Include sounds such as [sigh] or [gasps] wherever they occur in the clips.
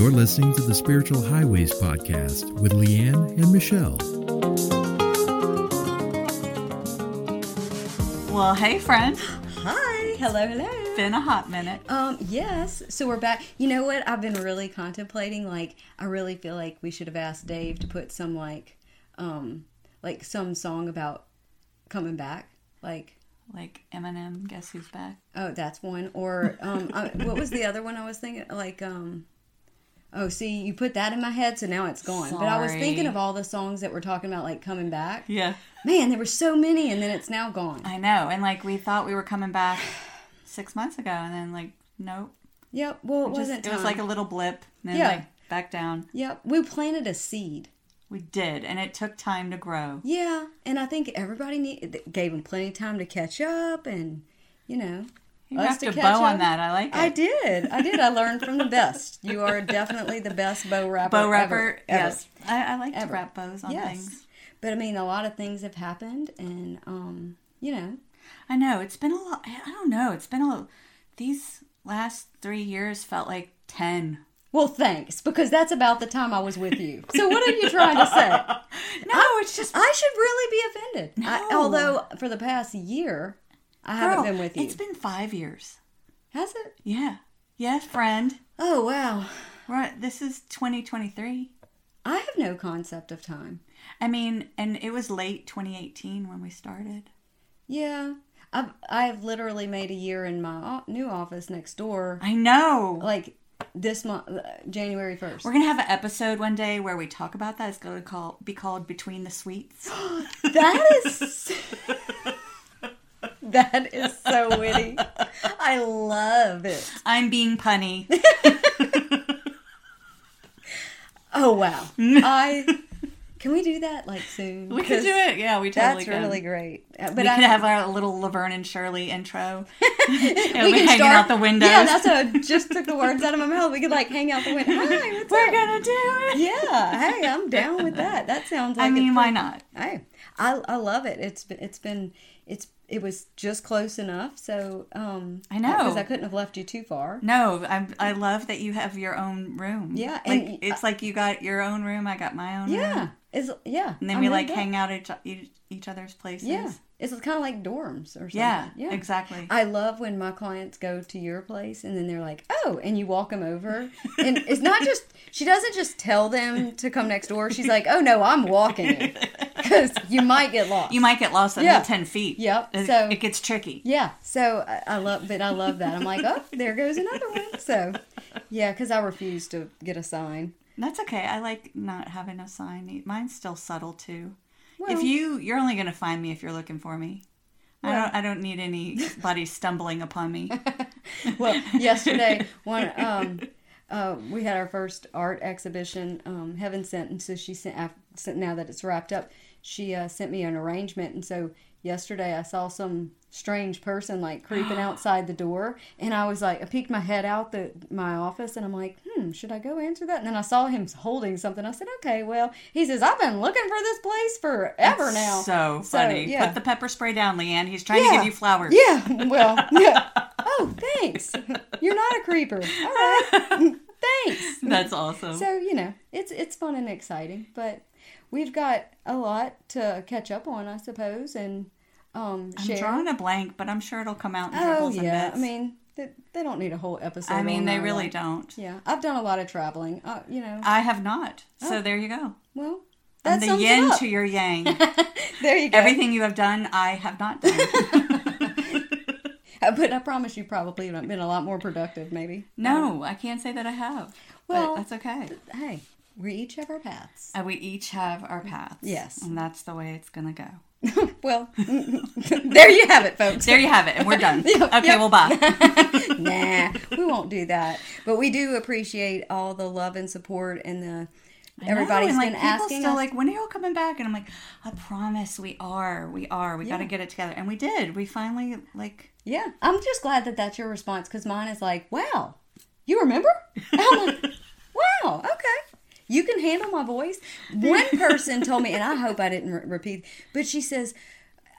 You're listening to the Spiritual Highways Podcast with Leanne and Michelle. Well, hey, friend. Hi. Hello, hello. Been a hot minute. Um, yes. So we're back. You know what? I've been really contemplating. Like, I really feel like we should have asked Dave to put some like, um, like some song about coming back. Like, Like Eminem, guess who's back? oh, that's one. Or um, [laughs] I, what was the other one I was thinking? Like, um, oh, see, you put that in my head, so now it's gone. But I was Sorry. thinking of all the songs that we're talking about, like coming back. Yeah. Man, there were so many, and then it's now gone. I know. And like we thought we were coming back six months ago, and then like nope. Yep. Well, it Just- wasn't. it was time. like a little blip, and then Yeah. like back down. Yep. We planted a seed. We did, and it took time to grow. Yeah, and I think everybody need, th- gave him plenty of time to catch up, and you know, You us wrapped to a catch bow up. on that. I like it. I did, I did. [laughs] I learned from the best. You are definitely the best bow rapper. Bow ever, wrapper. ever. Yes. I, I like to Ever. wrap bows on yes. things. But I mean, a lot of things have happened, and um, you know, I know. It's been a lot. I I don't know. It's been a lot. These last three years felt like 10. well, thanks because that's about the time I was with you. So what are you trying [laughs] to say? No, it's just. I should really be offended. I, No. although for the past year, I haven't Girl, been with you. It's been five years. Has it? Yeah. Yeah, friend. Oh wow, Right. This is 2023. I have no concept of time. I mean, and it was late 2018 when we started. Yeah. I've I've literally made a year in my o- new office next door. I know. Like this month, January first. We're gonna have an episode one day where we talk about that. It's gonna call be called Between the [gasps] Sweets. [laughs] That is. [laughs] That is so witty. I love it. I'm being [laughs] punny. Oh wow! I can we do that like soon? We could do it. Yeah, we totally That's can. really great. Uh, But we I could have our little Laverne and Shirley [laughs] intro. [laughs] we we're could hanging start- out the windows. Yeah, that's what [laughs] I just took the words out of my mouth. We could like hang out the window. Hi, what's We're up? gonna do it. Yeah. Hey, I'm down with that. That sounds. like I a mean, why pretty- not? Hey, I I love it. It's been it's been it's it was just close enough. So um, I know. Mm-hmm. because I couldn't have left you too far. No, I I love that you have your own room. Yeah, like and y- uh, it's like you got your own room. I got my own. room. Yeah, it's yeah. and then I'm we really like glad. hang out at each, e-, each other's places. Yeah, it's kind of like dorms or something. yeah, exactly. I love when my clients go to your place and then they're like, "Oh," and you walk them over, and it's not just she doesn't just tell them to come next door. She's like, "Oh no, I'm walking you [laughs] because you might get lost." you might get lost at Yeah. the ten feet. Yep, It, so- it gets tricky. Yeah, so I, I love, but I love that. I'm like, oh, there goes another one. So, yeah, because I refuse to get a sign. That's okay. I like not having a sign. E-, Mine's still subtle too. Well- if you, you're only gonna find me if you're looking for me. I Well- don't. I don't need [laughs] anybody stumbling upon me. Well, [laughs] yesterday, one, um, uh, we had our first art exhibition, um, Heaven Sent, and so she sent. af- sent- Now that it's wrapped up, she uh, sent me an arrangement, and so yesterday I saw some strange person like [gasps] creeping outside the door, and I was like, I peeked my head out the my office, and I'm like, hmm, should I go answer that? And then I saw him holding something. I said, okay, well, he says I've been looking for this place forever now. So funny. yeah. Put the pepper spray down, Leanne. He's trying to give you flowers. Yeah. Well. Yeah. Oh, thanks. You're not a creeper. All [laughs] right. thanks. [laughs] That's awesome. So you know, it's it's fun and exciting, but we've got a lot to catch up on, I suppose, and um, I'm share. drawing a blank, but I'm sure it'll come out in oh dribbles and yeah. bits. I mean, they, they don't need a whole episode. I mean, on they our really life. don't. Yeah, I've done a lot of traveling. Uh, you know, I have not. Oh. So there you go. well, I'm that's the yin to your yang. [laughs] There you go. Everything you have done, I have not done. [laughs] Uh, But I promise you, probably have been a lot more productive. Maybe. no, I can't say that I have. Well- but that's okay. Hey, we each have our paths. Uh, we each have our paths. Yes. And that's the way it's going to go. [laughs] Well, [laughs] there you have it, folks. There you have it. And we're done. [laughs] Yep, okay, yep. well, bye. nah, we won't do that. But we do appreciate all the love and support and the No, everybody's and, like, been people asking still us. like, when are y'all coming back? And I'm like, I promise we are. We are. We got to Yeah. get it together. And we did. We finally, like, yeah, I'm just glad that that's your response because mine is like, wow, you remember? [laughs] I'm like, wow, okay. You can handle my voice. One person told me, and I hope I didn't re- repeat, but she says,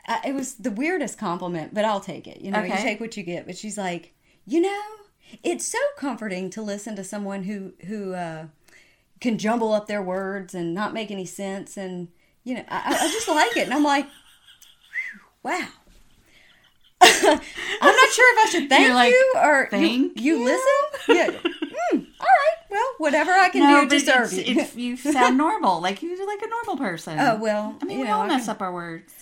I, it was the weirdest compliment, but I'll take it. You know, you Okay. take what you get. But she's like, you know, it's so comforting to listen to someone who who uh, can jumble up their words and not make any sense, and you know, I, I just like it, and I'm like, wow. I'm not sure if I should [laughs] thank You're like, you or "Thank you, you listen. Yeah. Mm, all right. Well, whatever I can do but to serve it's, you. [laughs] it's- you sound normal, like you're like a normal person. Oh, well, I mean, you we know, all I mess can- up our words.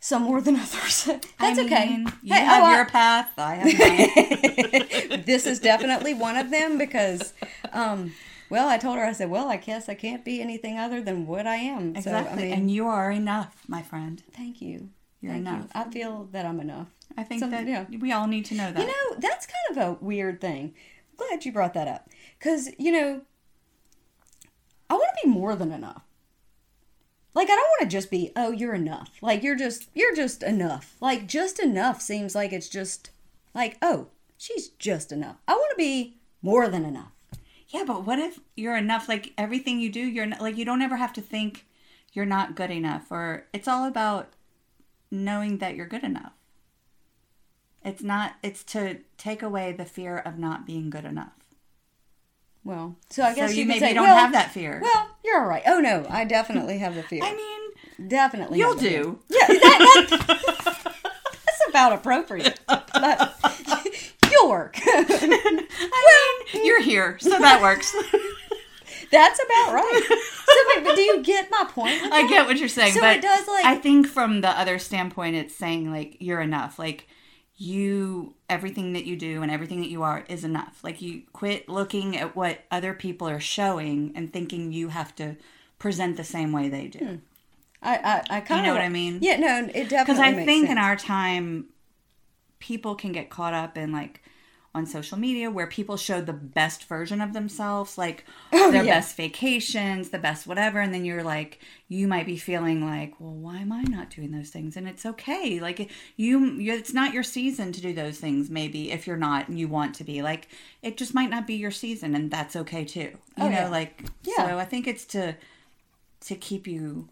Some more than others. [laughs] That's I okay. mean, You Hey, oh, have I- your path. I have mine. [laughs] this is definitely one of them because, um, well, I told her, I said, well, I guess I can't be anything other than what I am. exactly, So, I mean, and you are enough, my friend. thank you. You're thank enough. you. I feel that I'm enough. I think So, that yeah. we all need to know that. You know, that's kind of a weird thing. I'm glad you brought that up because, you know, I want to be more than enough. Like I don't want to just be, oh, you're enough. Like you're just you're just enough. Like just enough seems like it's just like, oh, she's just enough. I want to be more than enough. yeah, but what if you're enough? Like everything you do, you're en- like you don't ever have to think you're not good enough, or it's all about knowing that you're good enough. It's not. It's to take away the fear of not being good enough. Well, so I guess so you, you, could maybe say, don't well, have that fear. Well, you're all right. Oh no, I definitely have the fear. I mean, definitely, you'll have the fear. do. Yeah, that, that- [laughs] that's about appropriate. But [laughs] you'll work. I mean, you're here, so that [laughs] works. that's about right. So, but, but do you get my point? with I that? get what you're saying, So but it does, like- I think from the other standpoint, it's saying like you're enough, like you everything that you do and everything that you are is enough. Like you quit looking at what other people are showing and thinking you have to present the same way they do. I, I, I kind of know what I mean? Yeah, no, it definitely Because I makes think in sense. our time, people can get caught up in like on social media where people show the best version of themselves, [laughs] like their Oh, yeah. best vacations, the best whatever. And then you're like, you might be feeling like, well, why am I not doing those things? And it's okay. Like you, you it's not your season to do those things. Maybe if you're not and you want to be like, it just might not be your season. And that's okay too. You Oh, know, yeah. like, Yeah. so I think it's to, to keep you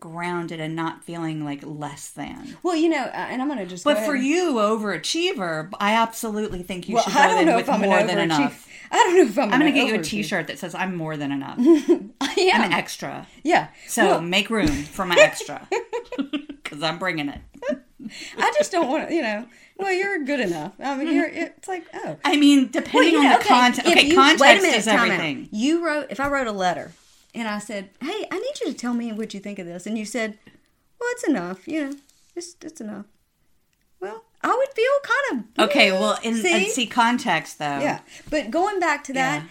grounded and not feeling like less than. well, you know, uh, and I'm gonna just. go But ahead for and- you, overachiever, I absolutely think you well, should go I don't in know with if I'm an more than overachiever. enough. I don't know if I'm. I'm an gonna get you a overachiever. T-shirt that says "I'm more than [laughs] enough." I am. I'm an extra, yeah. so make room for [laughs] my extra [laughs] because I'm bringing it. I just don't want to. You know. Well, you're good enough. I Mm-hmm. mean, you're. It's like oh. I mean, depending Well, you know, on the content. if Okay, you- context wait a minute, is time out. everything. You wrote if I wrote a letter and I said, "Hey, I need you to tell me what you think of this," and you said, "Well, it's enough. You know, it's it's enough." Well, I would feel kind of Okay, well, in See? see, see context though. yeah. But going back to that, Yeah.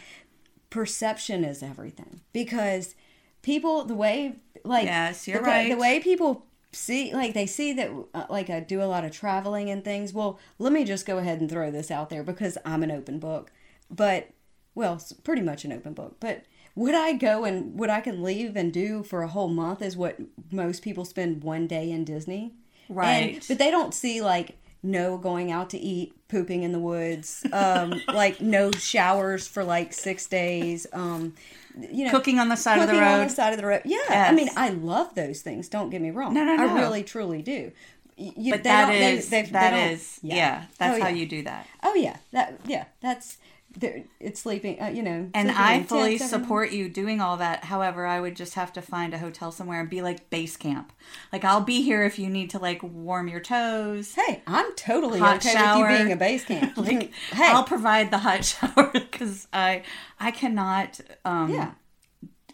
perception is everything because people the way like Yes, you're the, way- the right. way people see like they see that uh, like I do a lot of traveling and things. Well, let me just go ahead and throw this out there because I'm an open book. But well, s- pretty much an open book. But would I go and what I can leave and do for a whole month is what most people spend one day in Disney. And- Right. but they don't see like no going out to eat, pooping in the woods, um, like no showers for like six days. Um, you know, Cooking on the side of the cooking on road. the side of the road. Yeah, I Yes. mean, I love those things. Don't get me wrong. No, no, I no. really, truly do. Y- You, But they that don't- they- is they- they that don't- is yeah. that's Oh, how yeah. you do that. Oh yeah, that yeah, that's there. It's sleeping. Uh, you know, And sleeping I in fully tents every night. support you doing all that. However, I would just have to find a hotel somewhere and be like base camp. Like I'll be here if you need to like warm your toes. Hey, I'm totally Hot okay shower. with you being a base [laughs] camp. Like hey, I'll provide the hot [laughs] shower because I I cannot. Um, yeah,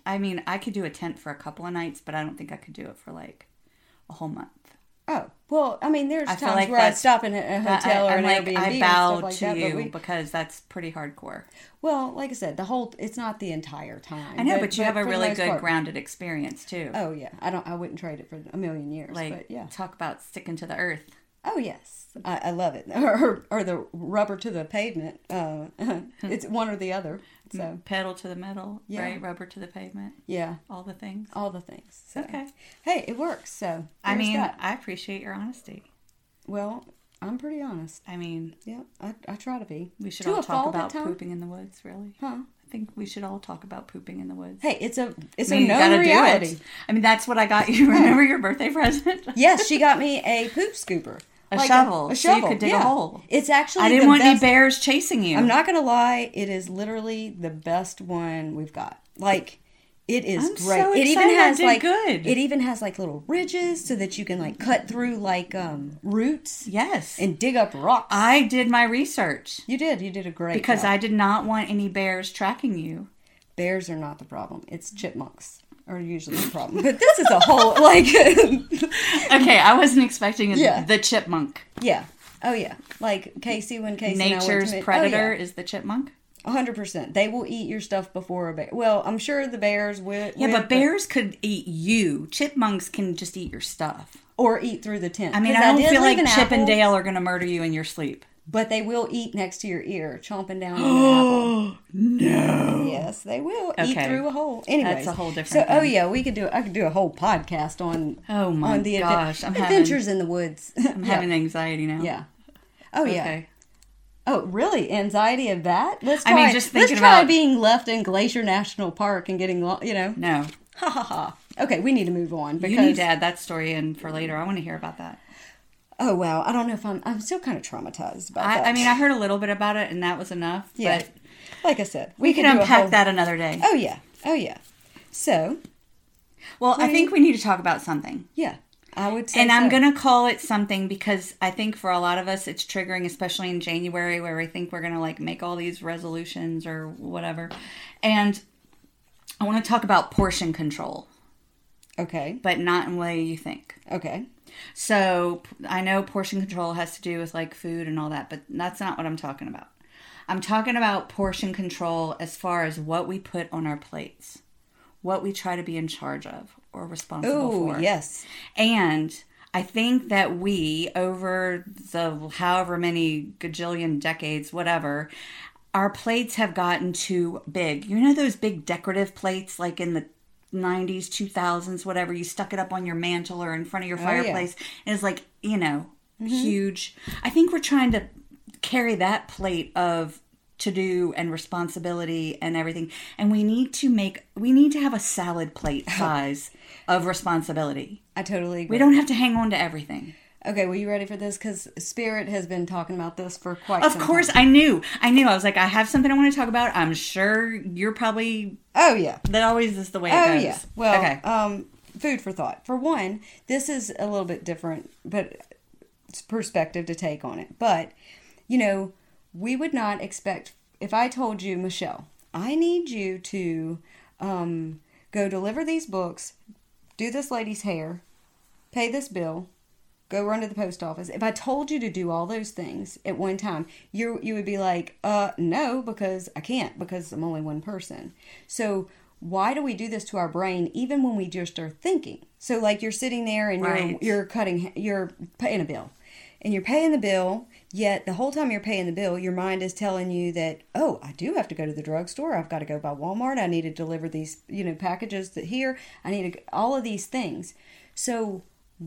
I mean, I could do a tent for a couple of nights, but I don't think I could do it for like a whole month. Oh well, I mean, there's I feel times like where I that's- stop in a a hotel I, or I'm an like Airbnb I and bow stuff like to that. you But we, because that's pretty hardcore. well, like I said, the whole it's not the entire time. I know, but, you have a for the really most good part- grounded experience too. Oh yeah, I don't. I wouldn't trade it for a million years. like but yeah. talk about sticking to the earth. Oh yes, I, I love it. [laughs] Or, or the rubber to the pavement. Uh, [laughs] it's one or the other. Hmm. So pedal to the metal, Yeah. right? Rubber to the pavement, yeah, all the things. all the things. So. Okay. Hey, it works. So I there's mean, that. I appreciate your honesty. well, I'm pretty honest. I mean, Yeah, I, I try to be. we should To all a fault talk at about times. pooping in the woods, really. Huh? I think we should all talk about pooping in the woods. Hey, it's a it's I mean, a known reality. [laughs] I mean, that's what I got you. Remember your birthday present? Yes, she got me a poop scooper. A Like shovel, a so you shovel, could dig yeah. a hole. It's [laughs] actually I didn't the want any best- bears chasing you. I'm not gonna lie, it is literally the best one we've got. Like it is I'm great. so it even excited I has did like good. it even has like little ridges so that you can like cut through like um roots Yes. and dig up rocks. I did my research you did. You did a great because job. I did not want any bears tracking [laughs] you. bears are not the problem. It's chipmunks are usually the problem. But this is a whole [laughs] like Okay, I wasn't expecting a- Yeah. the chipmunk. yeah. Oh yeah. Like Casey when Casey and I went to Nature's meet- predator Oh, yeah. is the chipmunk. hundred percent. They will eat your stuff before a bear. Well, I'm sure the bears will. Yeah, but bears could eat you. Chipmunks can just eat your stuff. or eat through the tent. I mean, 'Cause I don't did feel like leave an Chip and apple, Dale are going to murder you in your sleep. but they will eat next to your ear, chomping [gasps] down on an apple. No. Yes, they will eat Okay. through a hole. Anyway, That's a whole different So, oh thing. yeah, we could do. I could do a whole podcast on. Oh my on the adve- gosh, I'm having- adventures in the woods. [laughs] I'm yeah. having anxiety now. yeah. Oh yeah. Okay. Oh really? Anxiety of that? Let's I try. mean, just thinking let's try about- being left in Glacier National Park and getting lo- you know. No. Ha ha ha. Okay, we need to move on because You need to add that story in for later. I want to hear about that. oh wow, I don't know if I'm I'm still kind of traumatized by I, that. I mean, I heard a little bit about it, and that was enough. Yeah. But like I said, we, can could do a unpack whole- that another day. Oh yeah. Oh yeah. So Well, I think we need to talk about something. yeah, I would. Say And I'm so. going to call it something because I think for a lot of us it's triggering, especially in January where we think we're going to like make all these resolutions or whatever. And I want to talk about portion control, Okay. but not in the way you think. Okay. So p- I know portion control has to do with like food and all that, but that's not what I'm talking about. I'm talking about portion control as far as what we put on our plates, what we try to be in charge of or responsible Oh for. yes. And I think that we, over the however many gajillion decades, whatever, our plates have gotten too big. You know those big decorative plates like in the 90s, 2000s, whatever, you stuck it up on your mantle or in front of your yeah. fireplace. And it's like, you know, huge. I think we're trying to carry that plate of to do and responsibility and everything. And we need to make, we need to have a salad plate size of responsibility. I totally agree. We don't have to hang on to everything. Okay, well, you ready for this? Because Spirit has been talking about this for quite. Of some course, time. I knew. I knew. I was like, I have something I want to talk about. I'm sure you're probably. Oh yeah. That always is the way it Oh goes. yeah. Well, okay. um, food for thought. For one, this is a little bit different, but it's perspective to take on it. But you know, we would not expect if I told you, Michelle, I need you to um, go deliver these books, do this lady's hair, pay this bill. Go run to the post office. If I told you to do all those things at one time, you you would be like, "Uh, no, because I can't because I'm only one person." So why do we do this to our brain even when we just are thinking? So like you're sitting there and Right. you're you're cutting you're paying a bill, and you're paying the bill. Yet the whole time you're paying the bill, your mind is telling you that, "Oh, I do have to go to the drugstore. I've got to go by Walmart. I need to deliver these you know packages that here. I need to, all of these things." So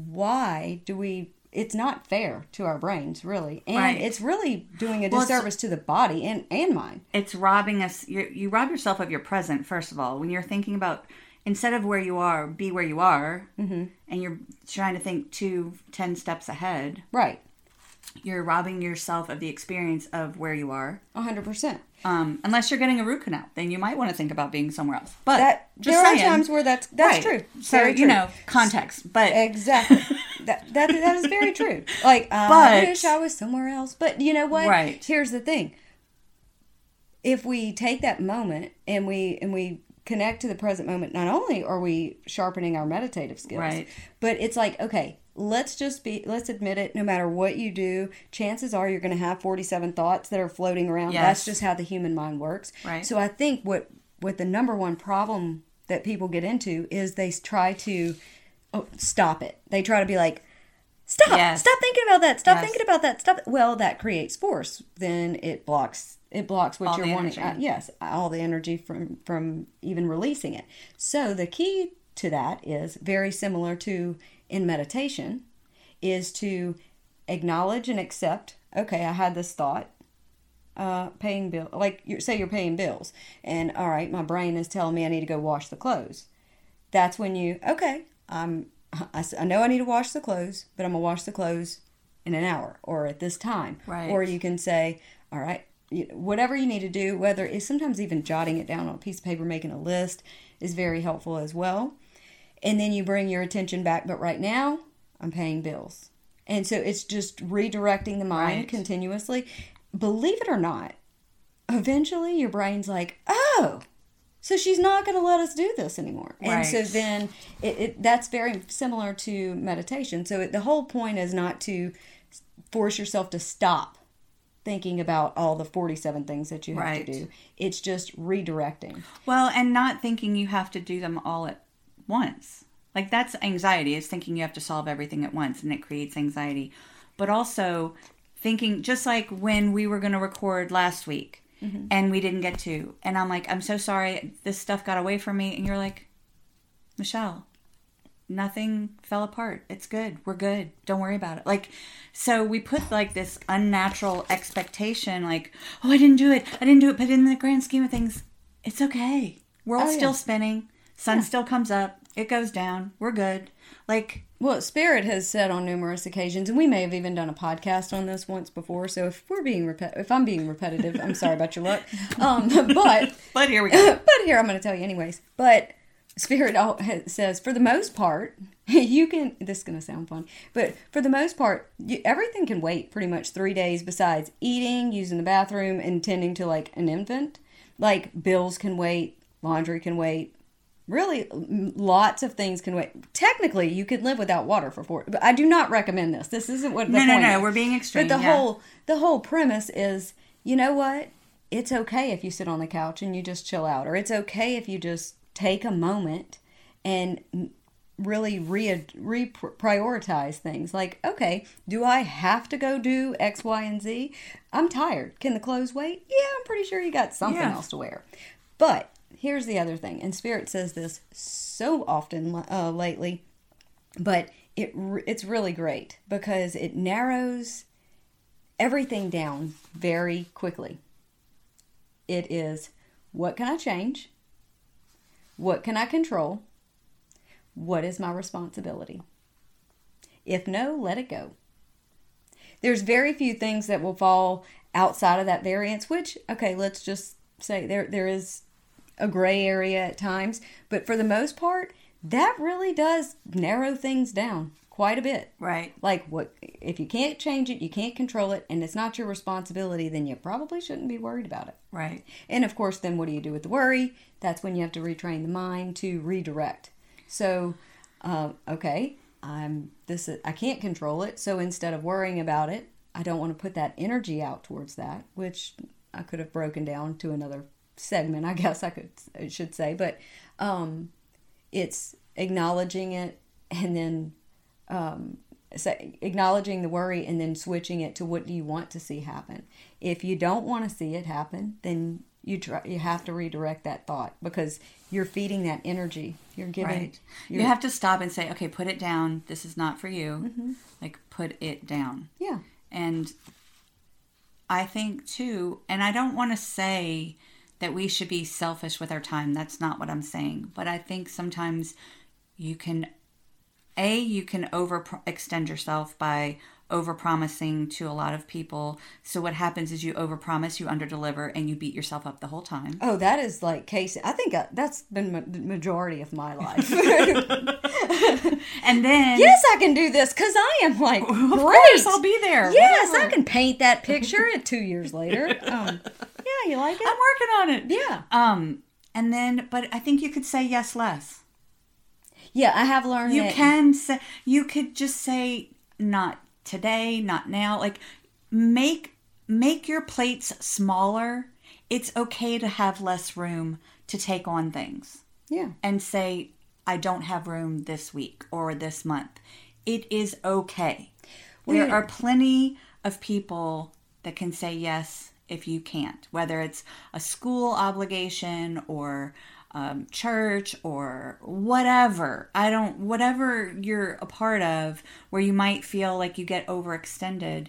why do we it's not fair to our brains really and Right. it's really doing a Well, it's- disservice to the body and and mind it's robbing us. You, you rob yourself of your present, first of all. When you're thinking about, instead of where you are, be where you are, Mm-hmm. and you're trying to think two, ten steps ahead, right you're robbing yourself of the experience of where you are. 100% Um, unless you're getting a root canal, then you might want to think about being somewhere else. But that just there saying. are times where that's that's Right. true So, Very you true. know, context. But exactly [laughs] that, that that is very true like uh, But- i wish i was somewhere else but you know what Right. here's the thing if we take that moment and we and we connect to the present moment not only are we sharpening our meditative skills Right. but it's like okay let's just be let's admit it no matter what you do chances are you're going to have 47 thoughts that are floating around that's Yes. just how the human mind works Right. so i think what what the number one problem that people get into is they s- try to oh, stop it they try to be like stop Yes. stop thinking about that stop Yes. thinking about that stop well that creates force then it blocks it blocks what All you're the wanting energy. uh, yes all the energy from from even releasing it so the key to that is very similar to in meditation is to acknowledge and accept okay i had this thought uh, paying bill like you say you're paying bills and all right my brain is telling me i need to go wash the clothes [laughs] that's when you okay i'm I, s- I know i need to wash the clothes but i'm gonna wash the clothes in an hour or at this time. Right. Or you can say, all right, you- whatever you need to do, whether it's sometimes even jotting it down on a piece of paper, making a list is very helpful as well. And then you bring your attention back, but right now I'm paying bills. And so it's just redirecting the mind Right. continuously. Believe it or not, eventually your brain's like, oh, so she's not going to let us do this anymore. And so Right. then it, it that's very similar to meditation. So it, the whole point is not to s- force yourself to stop thinking about all the 47 things that you have Right. to do. It's just redirecting. Well, and not thinking you have to do them all at once. Like that's anxiety is thinking you have to solve everything at once and it creates anxiety. But also thinking just like when we were going to record last week and we didn't get to and I'm like I'm so sorry this stuff got away from me and you're like Michelle nothing fell apart. It's good. We're good. Don't worry about it. Like, so we put like this unnatural expectation, like, oh, I didn't do it. I didn't do it. But in the grand scheme of things, it's okay. World's Oh, yeah. still spinning. Sun still comes up. It goes down. We're good. Like, Well, Spirit has said on numerous occasions, and we may have even done a podcast on this once before. So if we're being repet- if I'm being repetitive, I'm sorry about your luck. Um, [laughs] but but here we [laughs] go. [laughs] but here I'm going to tell you anyways. But Spirit al- ha- says, for the most part, [laughs] you can. This is going to sound fun, but for the most part, you, everything can wait pretty much three days. Besides eating, using the bathroom, and tending to like an infant, like bills can wait, laundry can wait. Really, m- lots of things can wait. Technically, you could live without water for four. But I do not recommend this. This isn't what the No, no, point no, is. we're being extreme, But the yeah. whole the whole premise is, you know what? It's okay if you sit on the couch and you just chill out, or it's okay if you just take a moment and really re reprioritize things. Like, okay, do I have to go do X, Y, and Z? I'm tired. Can the clothes wait? Yeah, I'm pretty sure you got something Yeah. else to wear. But here's the other thing, and Spirit says this so often uh, lately, but it re- it's really great because it narrows everything down very quickly. It is what can I change? What can I control? What is my responsibility? If no, let it go. There's very few things that will fall outside of that variance, which okay, let's just say there there is a gray area at times, but for the most part, that really does narrow things down quite a bit. Right. Like what if you can't change it, you can't control it, and it's not your responsibility, then you probably shouldn't be worried about it. Right. And of course, then what do you do with the worry? That's when you have to retrain the mind to redirect. So, uh, okay, I'm this. Is, I can't control it. So instead of worrying about it, I don't want to put that energy out towards that, which I could have broken down to another segment. I guess I could I should say, but um, it's acknowledging it and then say, acknowledging the worry and then switching it to what do you want to see happen. If you don't want to see it happen, then you try, you have to redirect that thought because you're feeding that energy. You're giving. Right. You you're- have to stop and say, okay, put it down. This is not for you. Mm-hmm. Like, put it down. Yeah. And I think too, and I don't want to say that we should be selfish with our time. That's not what I'm saying. But I think sometimes you can, A, you can overextend yourself by overpromising to a lot of people. So what happens is you overpromise, you underdeliver, and you beat yourself up the whole time. Oh, that is like case. I think uh that's been ma- the majority [laughs] of my life. And then, yes, I can do this because I am like great. of course, I'll be there. Yes, I whatever. can paint that picture. and two years later, um, yeah, [laughs] you like I'm it? working on it. Yeah. Um, and then, but I think you could say yes less. Yeah, I have learned. You that- can say you could just say not today, not now. Like make make your plates smaller. It's okay to have less room to take on things Yeah. and say I don't have room this week or this month. It is okay. There Yeah. are plenty of people that can say yes if you can't, whether it's a school obligation or um, church or whatever. I don't, whatever you're a part of where you might feel like you get overextended,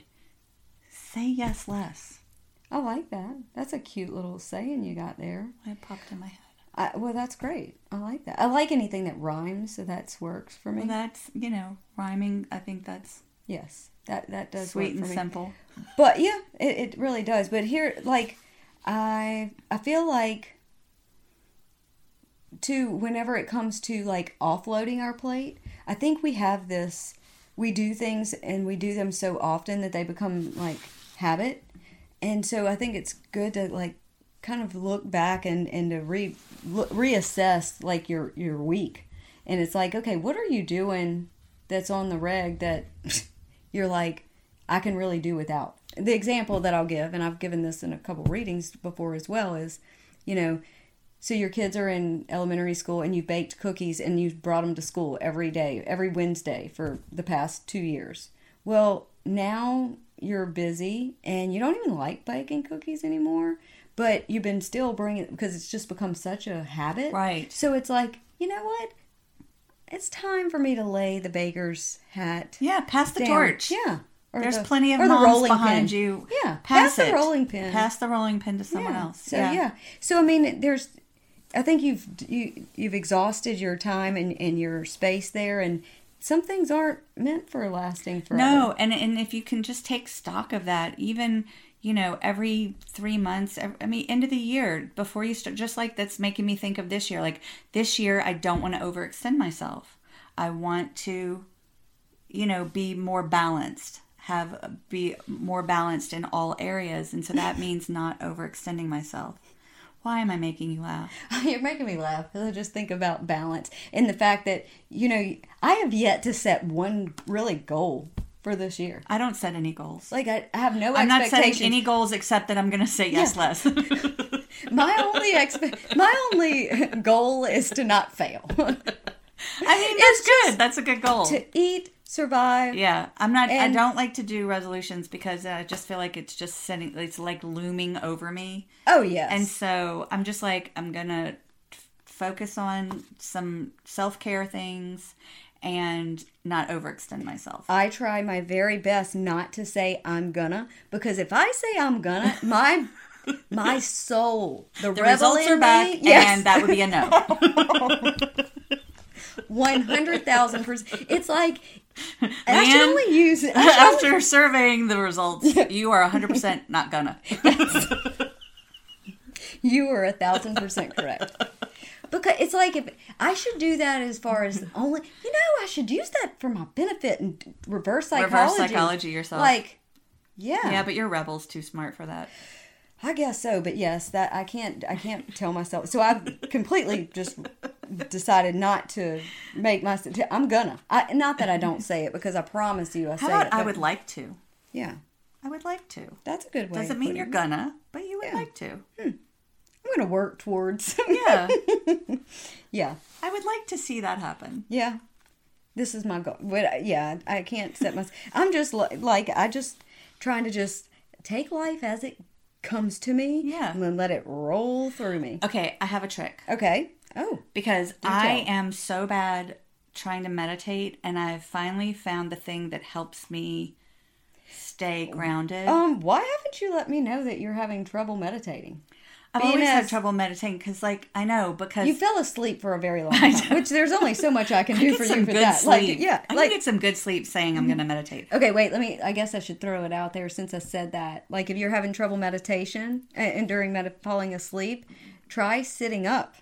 say yes less. I like that. That's a cute little saying you got there. It popped in my head. I, well, that's great. I like that. I like anything that rhymes, so that's works for me. Well, that's, you know, rhyming. I think that's yes. That that does Sweet work and for me. simple. But yeah, it, it really does. But here, like, I I feel like too whenever it comes to like offloading our plate, I think we have this. We do things and we do them so often that they become like habit, and so I think it's good to like kind of look back and and to re look, reassess like your your week, and it's like okay, what are you doing that's on the reg that [laughs] you're like I can really do without. The example that I'll give, and I've given this in a couple readings before as well, is you know, so your kids are in elementary school and you baked cookies and you brought them to school every day, every Wednesday for the past two years. Well, now you're busy and you don't even like baking cookies anymore, but you've been still bringing because it's just become such a habit. Right. So it's like, you know what? It's time for me to lay the baker's hat Yeah, pass the down. torch. Yeah. Or There's the- plenty of or the moms rolling behind pin. you. Yeah. pass the it. rolling pin. Pass the rolling pin to someone Yeah. else. So yeah. So I mean, there's. I think you've you, you've exhausted your time and, and your space there, and some things aren't meant for lasting forever. [laughs] No, and and if you can just take stock of that, even you know every three months, ev- I mean end of the year before you start, just like that's making me think of this year. Like this year, I don't want to overextend myself. I want to, you know, be more balanced, have uh, be more balanced in all areas, and so that [laughs] means not overextending myself. Why am I making you laugh? You're making me laugh because I just think about balance and the fact that you know I have yet to set one really goal for this year. I don't set any goals. Like I, I have no I'm not expectations. [laughs] setting any goals except that I'm going to say yes less. my only expe- my only [laughs] goal is to not fail, I [laughs] mean, that's good. That's a good goal. to eat, survive, Yeah, I'm not. And- I don't like to do resolutions because I just feel like it's just sitting. It's like looming over me, Oh yes. and so I'm just like I'm gonna f- focus on some self care things and not overextend myself. I try my very best not to say I'm gonna because if I say I'm gonna, my my soul, the, the rebel results in are back, me, yes, Oh and that would be a no. [laughs] one hundred thousand percent. [laughs] It's like and I should Leanne, [laughs] only use it. I should only- After surveying the [laughs] results, you are 100 percent not gonna. you are a thousand percent correct. Because it's like if I should do that as far as only you know I should use that for my benefit and reverse psychology. Reverse psychology yourself. Like, yeah, yeah, but your rebel's too smart for that. I guess so, but yes, that I can't I can't tell myself. So I've completely just decided not to make myself. I'm gonna. I, not that I don't say it because I promise you I How say about it. I but- would like to? Yeah, I would like to. that's a good way. Doesn't of mean putting you're it. gonna, but you would like to. [laughs] I'm gonna work towards. [laughs] Yeah. yeah, I would like to see that happen. yeah. This is my goal. But I- yeah, I can't set myself. I'm just li- like I just trying to just take life as it comes to me. Yeah. and then let it roll through me. Okay, I have a trick Okay. Oh. because I tell. am so bad trying to meditate, and I've finally found the thing that helps me stay grounded. Um, why haven't you let me know that you're having trouble meditating? I've always had Venus. trouble meditating because, like, I know because You fell asleep for [laughs] a very long time, which there's only so much I can I do get for some you for good that. sleep. Like, yeah, I'm like gonna Mhm. get some good sleep saying I'm gonna meditate. okay, wait, let me. I guess I should throw it out there since I said that. Like, if you're having trouble meditation a- and during med- falling asleep, try sitting up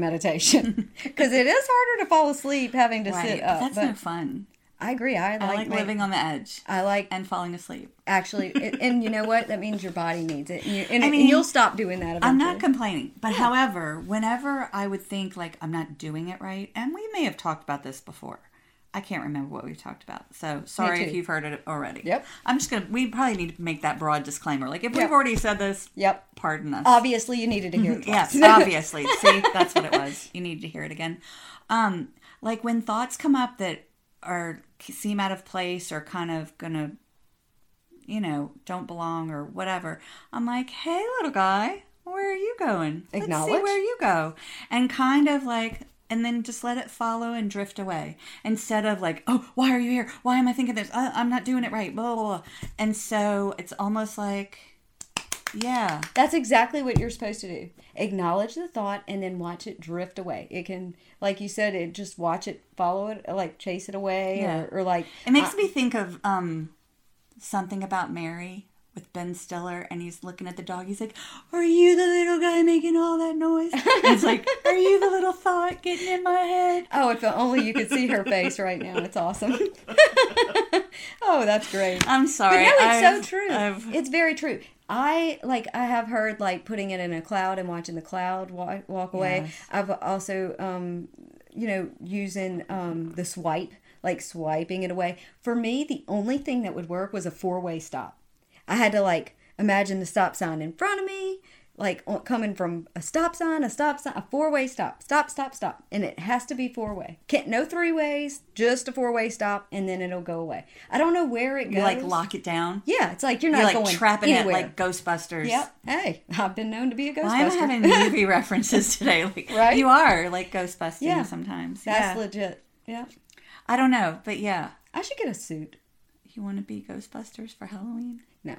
[laughs] meditation because it is harder to fall asleep having to Right, sit but up. that's but no fun. I agree. I like, I like ma- living on the edge I like and falling asleep. actually, it, and you know what? That means your body needs it, and, you, and, I and mean, you'll stop doing that. Eventually. I'm not complaining, but however, whenever I would think like I'm not doing it right, and we may have talked about this before. I can't remember what we talked about, so sorry if too. you've heard it already. Yep. I'm just gonna. We probably need to make that broad disclaimer. Like if Yep. we've already said this, Yep. pardon us. Obviously, [laughs] you needed to hear it. Yes, twice. obviously. See, that's what it was. You need to hear it again. Um, like when thoughts come up that are seem out of place or kind of gonna, you know, don't belong or whatever. I'm like, hey, little guy, where are you going? Let's see Acknowledge. where you go, and kind of like. And then just let it follow and drift away instead of like, oh, why are you here? Why am I thinking this? Uh, I'm not doing it right. Blah, blah, blah. And so it's almost like, yeah, That's exactly what you're supposed to do. Acknowledge the thought and then watch it drift away. It can, like you said, it just watch it, follow it, like uh, chase it away, Yeah. or, or like It makes me think of um something about Mary with Ben Stiller, and he's looking at the dog. He's like, "Are you the little guy making all that noise?" And it's [laughs] like, "Are you the little thought getting in my head?" Oh, if only you could see her face right now. It's awesome. [laughs] oh, that's great. I'm sorry. But no, it's I've- so true. I've- [laughs] It's very true. I like I have heard like putting it in a cloud and watching the cloud walk, walk away. Yes. I've also um you know using um the swipe like swiping it away. For me, the only thing that would work was a four-way stop. I had to like imagine the stop sign in front of me like o- coming from a stop sign, a stop sign, a four-way stop. Stop, stop, stop. And it has to be four-way. Can't no three ways, just a four-way stop and then it'll go away. I don't know where it goes. you like lock it down. Yeah, it's like you're not You're like going trapping anywhere. it like Ghostbusters. Yep. Hey, I've been known to be a ghostbuster. Well, I'm having movie references today. Like, Right? You are like Ghostbusting [laughs] Yeah. sometimes. That's yeah. legit. Yeah. I don't know, but yeah, I should get a suit. you want to be Ghostbusters for Halloween? No,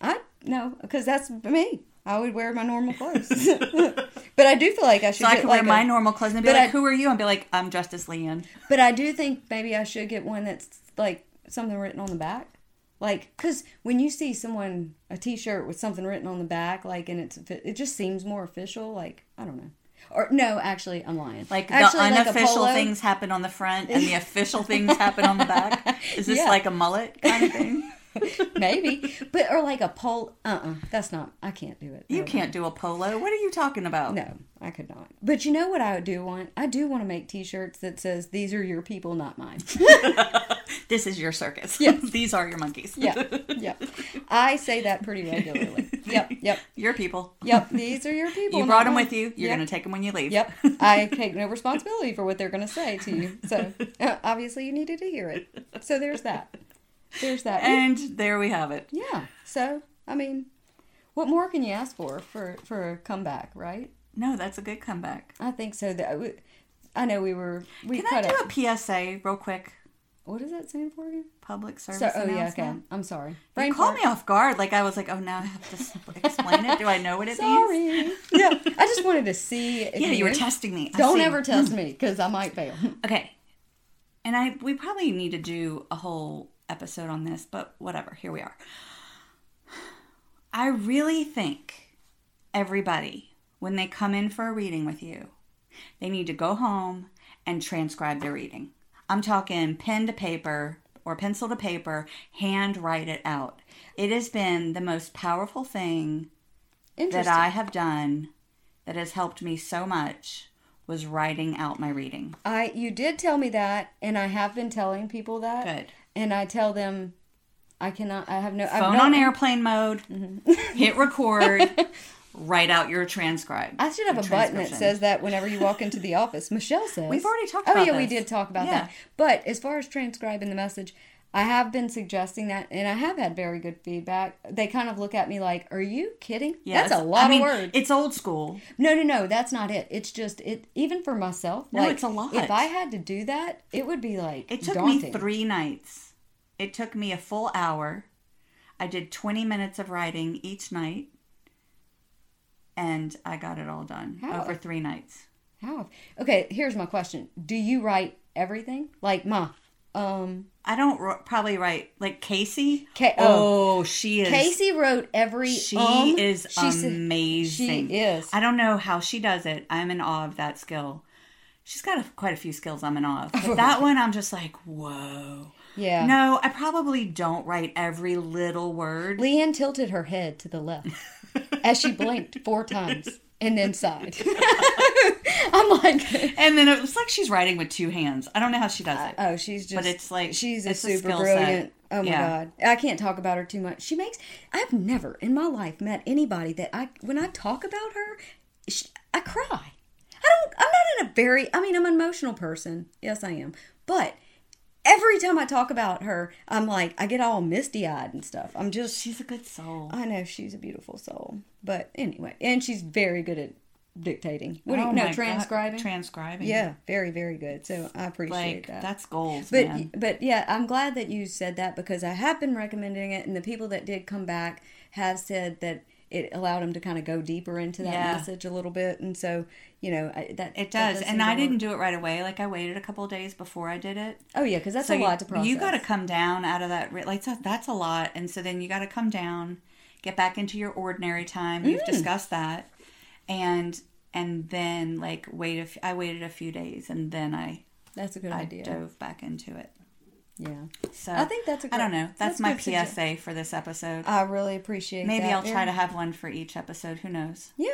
I no, because that's me. I would wear my [laughs] normal clothes, [laughs] but I do feel like I should. So I get could like wear my a- normal clothes and be but like, I- "Who are you?" and be like, "I'm Justice Leanne." But I do think maybe I should get one that's like something written on the back. Like, because when you see someone, a t shirt with something written on the back, like, and it's, it just seems more official. Like, I don't know. Or, no, actually, I'm lying. Like actually, the unofficial polo. things happen on the front [laughs] and the official things happen on the back. Is this Yeah. like a mullet kind of [laughs] thing? Maybe, but or like a pole. Uh, uh that's not. I can't do it. You Never can't do a polo. What are you talking about? mind. No, I could not. But you know what I do want? I do want to make T-shirts that says "These are your people, not [laughs] mine." This is your circus. Yes. [laughs] These are your monkeys. yeah, yeah. I say that pretty regularly. Yep, yep, [laughs] your people. yep. These are your people. You not brought them mine. with you. You're Yep. going to take them when you leave. Yep, I take no responsibility for what they're going to say to you. So uh, obviously, you needed to hear it. So there's that. There's [laughs] that. And there we have it. yeah. So I mean, what more can you ask for for for a comeback, right? No, that's a good comeback. I think so. That we, I know we were. We Can I cut do it. a PSA real quick? What does that stand for again? Public service So, oh yeah, announcement. okay. I'm sorry. You called fart. me off guard. Like I was like, oh, now I have to s- explain it. Do I know what it means? [laughs] Sorry. yeah, I just wanted to see. If Yeah, you were testing me. I Don't see. ever test me because I might fail. Okay. And I we probably need to do a whole episode on this, but whatever, here we are. I really think everybody when they come in for a reading with you, they need to go home and transcribe their reading. I'm talking pen to paper or pencil to paper, hand write it out. It has been the most powerful thing that Interesting. I have done that has helped me so much was writing out my reading. I you did tell me that, and I have been telling people that. Good. And I tell them, I cannot. I have no. I've Mm-hmm. phone no- on airplane mode, hit [laughs] record, write out your transcribe. I should have a your button that transcription. says that whenever you walk into the office. [laughs] Michelle says We've already talked Oh about yeah, we this. did talk about Yeah. that. But as far as transcribing the message, I have been suggesting that, and I have had very good feedback. They kind of look at me like, "Are you kidding? Yes. That's a lot I mean, of words." It's old school. no, no, no. That's not it. It's just it. Even for myself, No, like, it's a lot. If I had to do that, it would be like It took daunting. me three nights. It took me a full hour. I did 20 minutes of writing each night, and I got it all done How- over three nights. How? Okay, here's my question: Do you write everything? Like, ma, um, I don't r- probably write like Casey. Ca- oh, she is. Casey wrote every. She um, is she said- amazing. She is. I don't know how she does it. I'm in awe of that skill. She's got a, quite a few skills I'm in awe of. But [laughs] that one, I'm just like, whoa. yeah. No, I probably don't write every little word. Leanne tilted her head to [laughs] the left as she blinked four times and [laughs] then sighed. I'm like, And then it was like she's writing with two hands. I don't know how she does it. oh, she's just. But it's like- she's a it's a super skill set. brilliant. Oh my Yeah. god, I can't talk about her too much. She makes. I've never in my life met anybody that I when I talk about her, she, I cry. I don't. I'm not in a very. I mean, I'm an emotional person. Yes, I am. But. Every time I talk about her, I'm like, I get all misty eyed and stuff. I'm just, She's a good soul. I know she's a beautiful soul, but anyway, and she's very good at dictating. What do Oh my you, no, God. transcribing. Transcribing. yeah, very very good. So I appreciate Like, that. that's goals, but man. but yeah, I'm glad that you said that because I have been recommending it, and the people that did come back have said that it allowed him to kind of go deeper into that Yeah. message a little bit. And so, you know, I, that It that does, seem and to I work. didn't do it right away. Like I waited a couple of days before I did it. Oh yeah, because that's a you- lot to process. You got to come down out of that. re- Like so that's a lot, and so then you got to come down, get back into your ordinary time. We've Mm. discussed that, and and then like wait. A f- I waited a few days, and then I That's a good I idea. dove back into it. Yeah, So I think that's a I good- don't know. That's, that's my good suggestion. PSA for this episode. I really appreciate. Maybe that. I'll try Erin. to have one for each episode. Who knows? Yeah,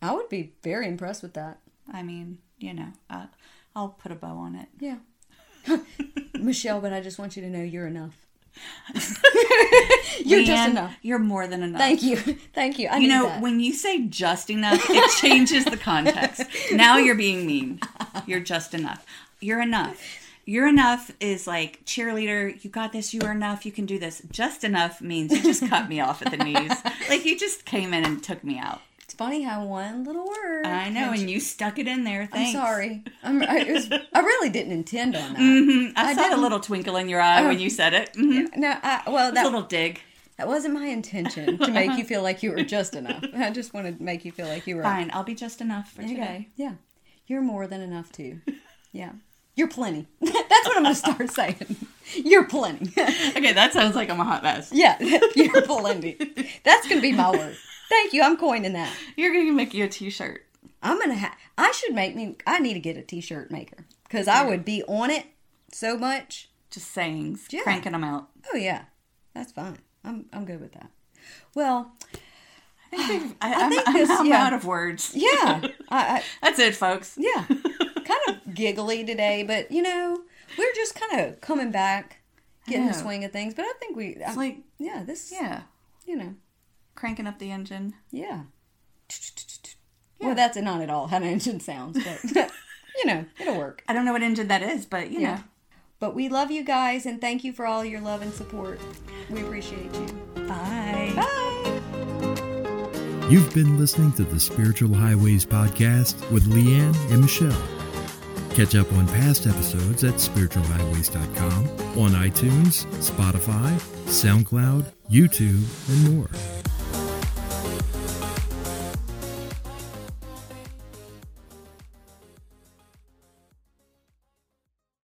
I would be very impressed with that. I mean, you know, uh, I'll put a bow on it. [laughs] Yeah, Michelle, but I just want you to know [laughs] you're enough. you're just Leanne, enough. You're more than enough. Thank you, thank you. I You need know, that. when you say just enough, it [laughs] changes the context. Now you're being mean. You're just enough. You're enough. You're enough is like cheerleader, you got this, you are enough, you can do this. Just enough means you just cut me off at the knees. Like you just came in and took me out. it's funny how one little word. I know, can and you stuck it in there. I'm Thanks. sorry. I'm, I, it was, I really didn't intend on that. Mhm. I, I saw the didn't- little twinkle in your eye when you said it. Mhm. No, I, well, That that, little dig. that wasn't my intention to Uh-huh. make you feel like you were just enough. I just wanted to make you feel like you were. Fine, I'll be just enough for There you go. today. Yeah, you're more than enough too. Yeah, you're plenty. [laughs] That's what I'm gonna start saying. You're plenty. Okay, that sounds like I'm a hot mess. yeah, [laughs] you're plenty. That's gonna be my word. Thank you. I'm coining that. You're gonna make you a t-shirt. I'm gonna ha I should make me. I need to get a t-shirt maker because I would be on it so much. Just sayings, Yeah. cranking them out. Oh yeah, that's fine. I'm I'm good with that. Well, I, I'm, think I'm- this- I'm yeah. out of words. yeah, I, I That's it, folks. yeah, kind of giggly today, but you know, we're just kind of coming back, getting the know. swing of things. But I think we, I, It's like, yeah, this, yeah, you know, cranking up the engine. yeah. Well, that's not at all how an engine sounds, but [laughs] you know, it'll work. I don't know what engine that is, but you But we love you guys and thank you for all your love and support. We appreciate you. know. Bye. Bye. You've been listening to the Spiritual Highways Podcast with Leanne and Michelle. Catch up on past episodes at spiritualhighways.com, on iTunes, Spotify, SoundCloud, YouTube, and more.